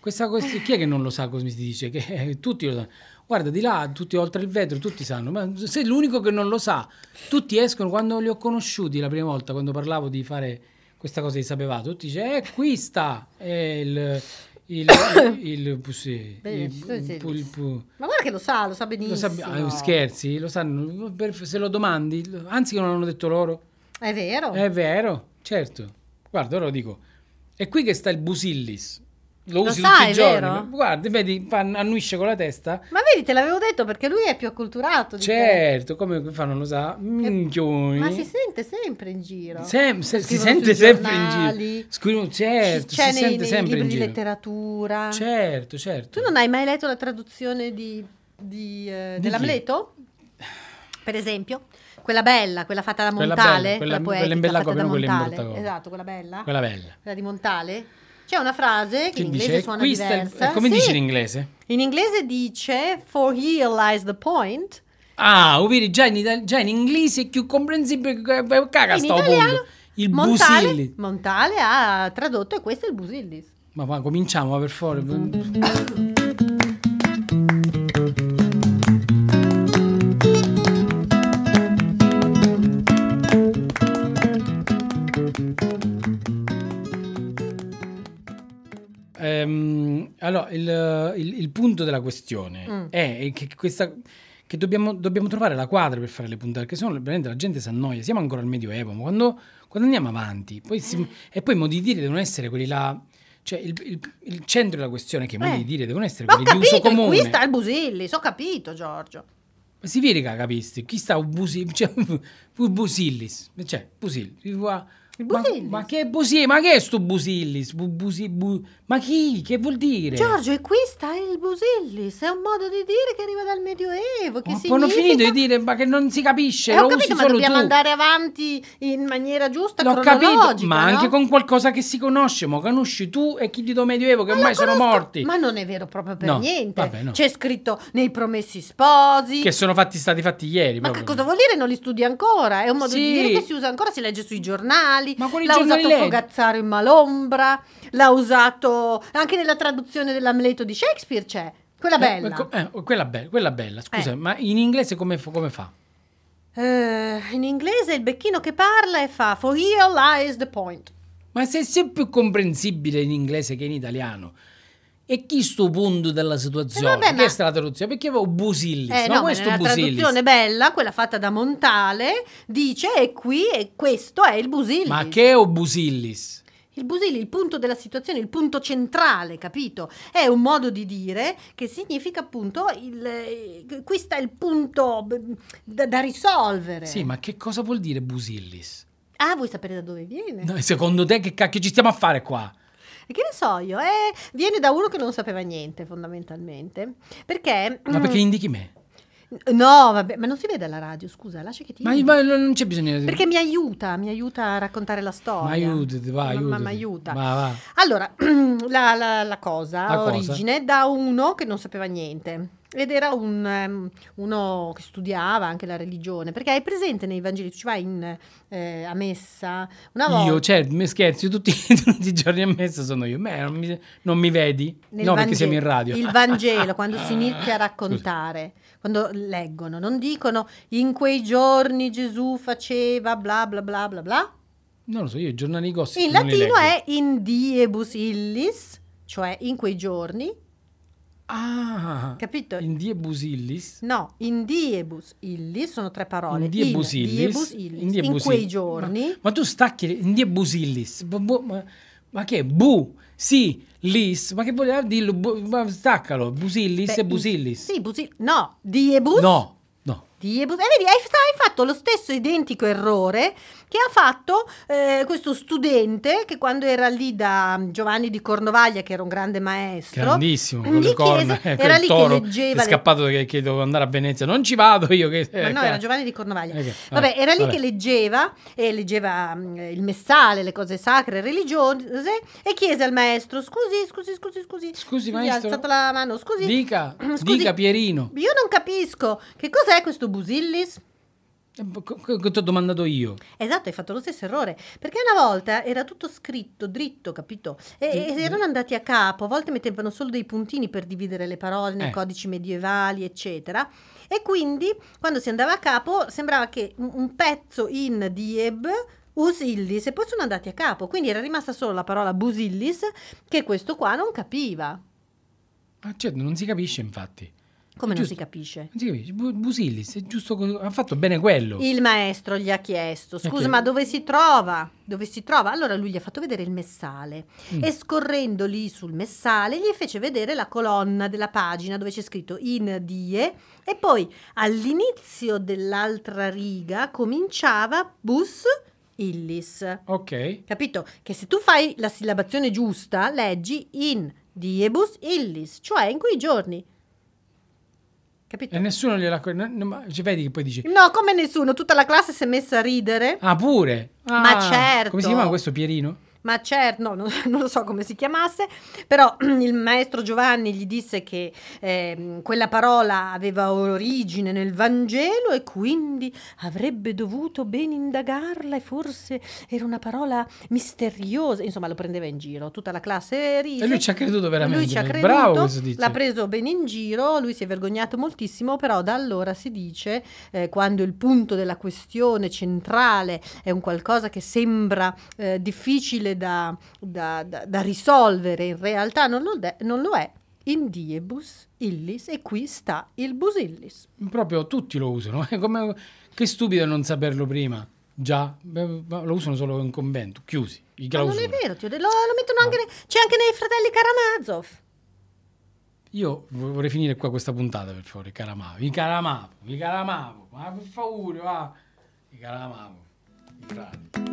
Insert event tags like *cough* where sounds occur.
Questa cosa, chi è che non lo sa come si dice? Che, eh, tutti lo sanno. Guarda, di là, tutti oltre il vetro, tutti sanno, ma sei l'unico che non lo sa. Tutti escono, quando li ho conosciuti la prima volta, quando parlavo di fare questa cosa di sapevato, tutti dice, eh, qui sta eh, il... Il, il, il, sì, Bene, il- ci sono i il- servizi. il- Ma guarda che lo sa, lo sa lo benissimo. sa- ah, scherzi, lo sanno, per- se lo domandi, lo- anzi che non l'hanno detto loro, È vero. è vero, certo, guarda, ora lo dico, è qui che sta il busillis, lo, Lo usi sa, tutti è i giorni, vero? ma guarda, vedi, fa- annuisce con la testa, Ma vedi, te l'avevo detto perché lui è più acculturato di certo, come fa non lo sa, te. minchioni, Ma si sente sempre in giro. Cioè, mm. Sem- se- si Scrivono sente sui sempre in giornali, giro, Scrivono- certo, si c'è nei, sente nei sempre libri in di giro, letteratura. certo, certo, Tu non hai mai letto la traduzione di, di, eh, Di dell'Amleto? Per esempio? Quella bella, quella fatta da Quella Montale, bella, quella- quella poetica quella in Bellacqua, fatta da però quella in Montale. Mortacone. Esatto, quella bella, quella... quella bella. di Montale. C'è una frase che, Che in inglese dice? suona Qui sta il- diversa. come Sì, dici in inglese? in inglese dice For here lies the point. Ah, ovvero già in, itali- già in inglese è più comprensibile che che- caga In sto italiano, punto. Il Montale, busilli. Montale ha tradotto e questo è il Busillis. Ma, ma cominciamo per favore. Ehm, allora, il, il- il punto della questione Mm. è che, questa, che dobbiamo, dobbiamo trovare la quadra per fare le puntate, perché sennò veramente la gente si annoia. Siamo ancora al Medioevo, ma quando, quando andiamo avanti, poi si- Eh. e poi i modi di dire devono essere quelli là. Cioè, il, il- il centro della questione è che i modi Eh. di dire devono essere Ma ho quelli di uso capito, e comune. qui sta il Busillis, ho capito Giorgio. Ma si vede che capisti, chi sta un busi, cioè, un busillis, cioè, busil, ma, Il ma- busillis. ma che busi, ma che è sto busillis, Bu- busi- bu- ma chi, che vuol dire? Giorgio, e qui sta il Busillis, è un modo di dire che arriva dal Medioevo, che ma significa... hanno finito di dire ma che non si capisce, Eh, lo ho capito, usi ma solo dobbiamo tu. andare avanti in maniera giusta, L'ho cronologica, capito, ma no? anche con qualcosa che si conosce, ma conosci tu e chi di tuo medioevo che Ma la ormai sono conosco- morti, Ma non è vero proprio per No, niente. vabbè, no. C'è scritto nei promessi sposi. che sono fatti stati fatti ieri. Ma che proprio. cosa vuol dire? Non li studi ancora. È un modo di Sì. dire che si usa ancora, si legge sui giornali. Ma quali L'ha giornali usato leggi? Fogazzaro in Malombra, l'ha usato anche nella traduzione dell'Amleto di Shakespeare c'è. Quella Eh, bella. co- eh, quella bella, quella bella, scusa, Eh. ma in inglese come, fa- come fa? Eh, in inglese il becchino che parla e fa For here lies the point. Ma se se è più comprensibile in inglese che in italiano. E chi sto punto della situazione? Eh, vabbè, ma- Questa è la traduzione. Perché avevo Busillis? Eh ma no, ma questo nella Busillis. traduzione bella, quella fatta da Montale, dice e qui e questo è il Busillis. Ma che è o Busillis? Il Busilli, il punto della situazione, il punto centrale, capito? È un modo di dire che significa appunto il, eh, qui sta il punto b- da, da risolvere. Sì, ma che cosa vuol dire Busillis? Ah, vuoi sapere da dove viene? No, secondo te che cacchio ci stiamo a fare qua? E Che ne so io, eh, viene da uno che non sapeva niente fondamentalmente. Perché... Ma perché indichi me? mm, No, vabbè, ma non si vede alla radio, scusa, lascia che ti... Ma, indichi. ma non c'è bisogno di... Perché mi aiuta, mi aiuta a raccontare la storia. Ma aiutati, va, Ma- ma- aiutati. ma Va, aiuta. va. Allora, *clears throat* la, la- la cosa La ha cosa. origine da uno che non sapeva niente. Ed era un, ehm, uno che studiava anche la religione, perché è presente nei Vangeli, tu ci vai in, eh, a messa una volta. Io, certo, mi scherzi, tutti, *laughs* tutti i giorni a messa sono io. Ma non mi, non mi vedi? nel no, Vangelo- perché siamo in radio. Il *laughs* Vangelo, quando si inizia a raccontare, quando leggono, non dicono in quei giorni Gesù faceva bla bla bla bla bla. Non lo so, io i giornali gossip In non li latino leggo. è in diebus illis, cioè in quei giorni, Ah, capito? in die busillis. No, in diebus illis sono tre parole. In diebus illis, diebus illis, in, in diebus quei illis. giorni. Ma tu stacchi in die busillis. Bu- bu- ma, ma che è? Bu, si, lis. Ma che voleva dirlo? Bu- ma staccalo. Busillis beh, e busillis. Sì, busillis. No, diebus. No, no. Diebus. E vedi, hai, hai fatto lo stesso identico errore che ha fatto eh, questo studente che quando era lì da Giovanni di Cornovaglia, che era un grande maestro, Grandissimo, con gli le corna. chiese- eh, era quel lì toro che leggeva È le- scappato che, che dovevo andare a Venezia. Non ci vado io. Che, ecco. Ma no, era Giovanni di Cornovaglia. Eh, che- Vabbè, era lì vabbè. che leggeva e leggeva mh, il messale, le cose sacre, religiose e chiese al maestro: Scusi, scusi, scusi, scusi. Scusi, Scusi, maestro. Ha alzato la mano, scusi. Dica, *clears throat* Scusi. dica Pierino. Io non capisco che cos'è questo busillis. Eh, Che ti ho domandato io. Esatto, hai fatto lo stesso errore. Perché una volta era tutto scritto, dritto, capito? E, Sì, e sì. erano andati a capo, a volte mettevano solo dei puntini per dividere le parole nei Eh. codici medievali, eccetera. E quindi quando si andava a capo sembrava che un, un pezzo in dieb usillis e poi sono andati a capo. Quindi era rimasta solo la parola busillis che questo qua non capiva. Ah, certo, non si capisce infatti. Come non Giusto. si capisce? Non si capisce. Bu- Busillis, è giusto così. Ha fatto bene quello. Il maestro gli ha chiesto: E Scusa, che- ma dove si trova? Dove si trova? Allora lui gli ha fatto vedere il messale Mm. e scorrendo lì sul messale gli fece vedere la colonna della pagina dove c'è scritto in die e poi all'inizio dell'altra riga cominciava bus illis. Ok. Capito? Che se tu fai la sillabazione giusta, leggi in diebus illis, cioè in quei giorni. Capito? E nessuno gliela. no, no, ma ci vedi che poi dici. No, come nessuno, tutta la classe si è messa a ridere. Ah, pure. Ah, Ma certo. Come si chiama questo Pierino? Ma certo, no, non, *laughs* non lo so come si chiamasse, però *clears throat* il maestro Giovanni gli disse che ehm, quella parola aveva origine nel Vangelo e quindi avrebbe dovuto ben indagarla e forse era una parola misteriosa. Insomma, lo prendeva in giro, tutta la classe rise. E lui ci ha creduto veramente. Lui ci ha creduto, Bravo questo tizio. l'ha preso bene in giro, lui si è vergognato moltissimo, però da allora si dice, eh, quando il punto della questione centrale è un qualcosa che sembra eh, difficile da, da- da- da risolvere, in realtà non lo, de- non lo è, in diebus illis, e qui sta il busillis. Proprio tutti lo usano. *laughs* eh, come- Che stupido non saperlo prima. Già, beh, ma lo usano solo in convento, chiusi. I Ma non clausura. è vero, ti ho de- lo, lo mettono anche, ne- c'è anche nei fratelli Karamazov. Io vo- vorrei finire qua questa puntata, per favore. Calamavo. I calamavo. I calamavo. Ma per favore, va. I calamavo. I frati.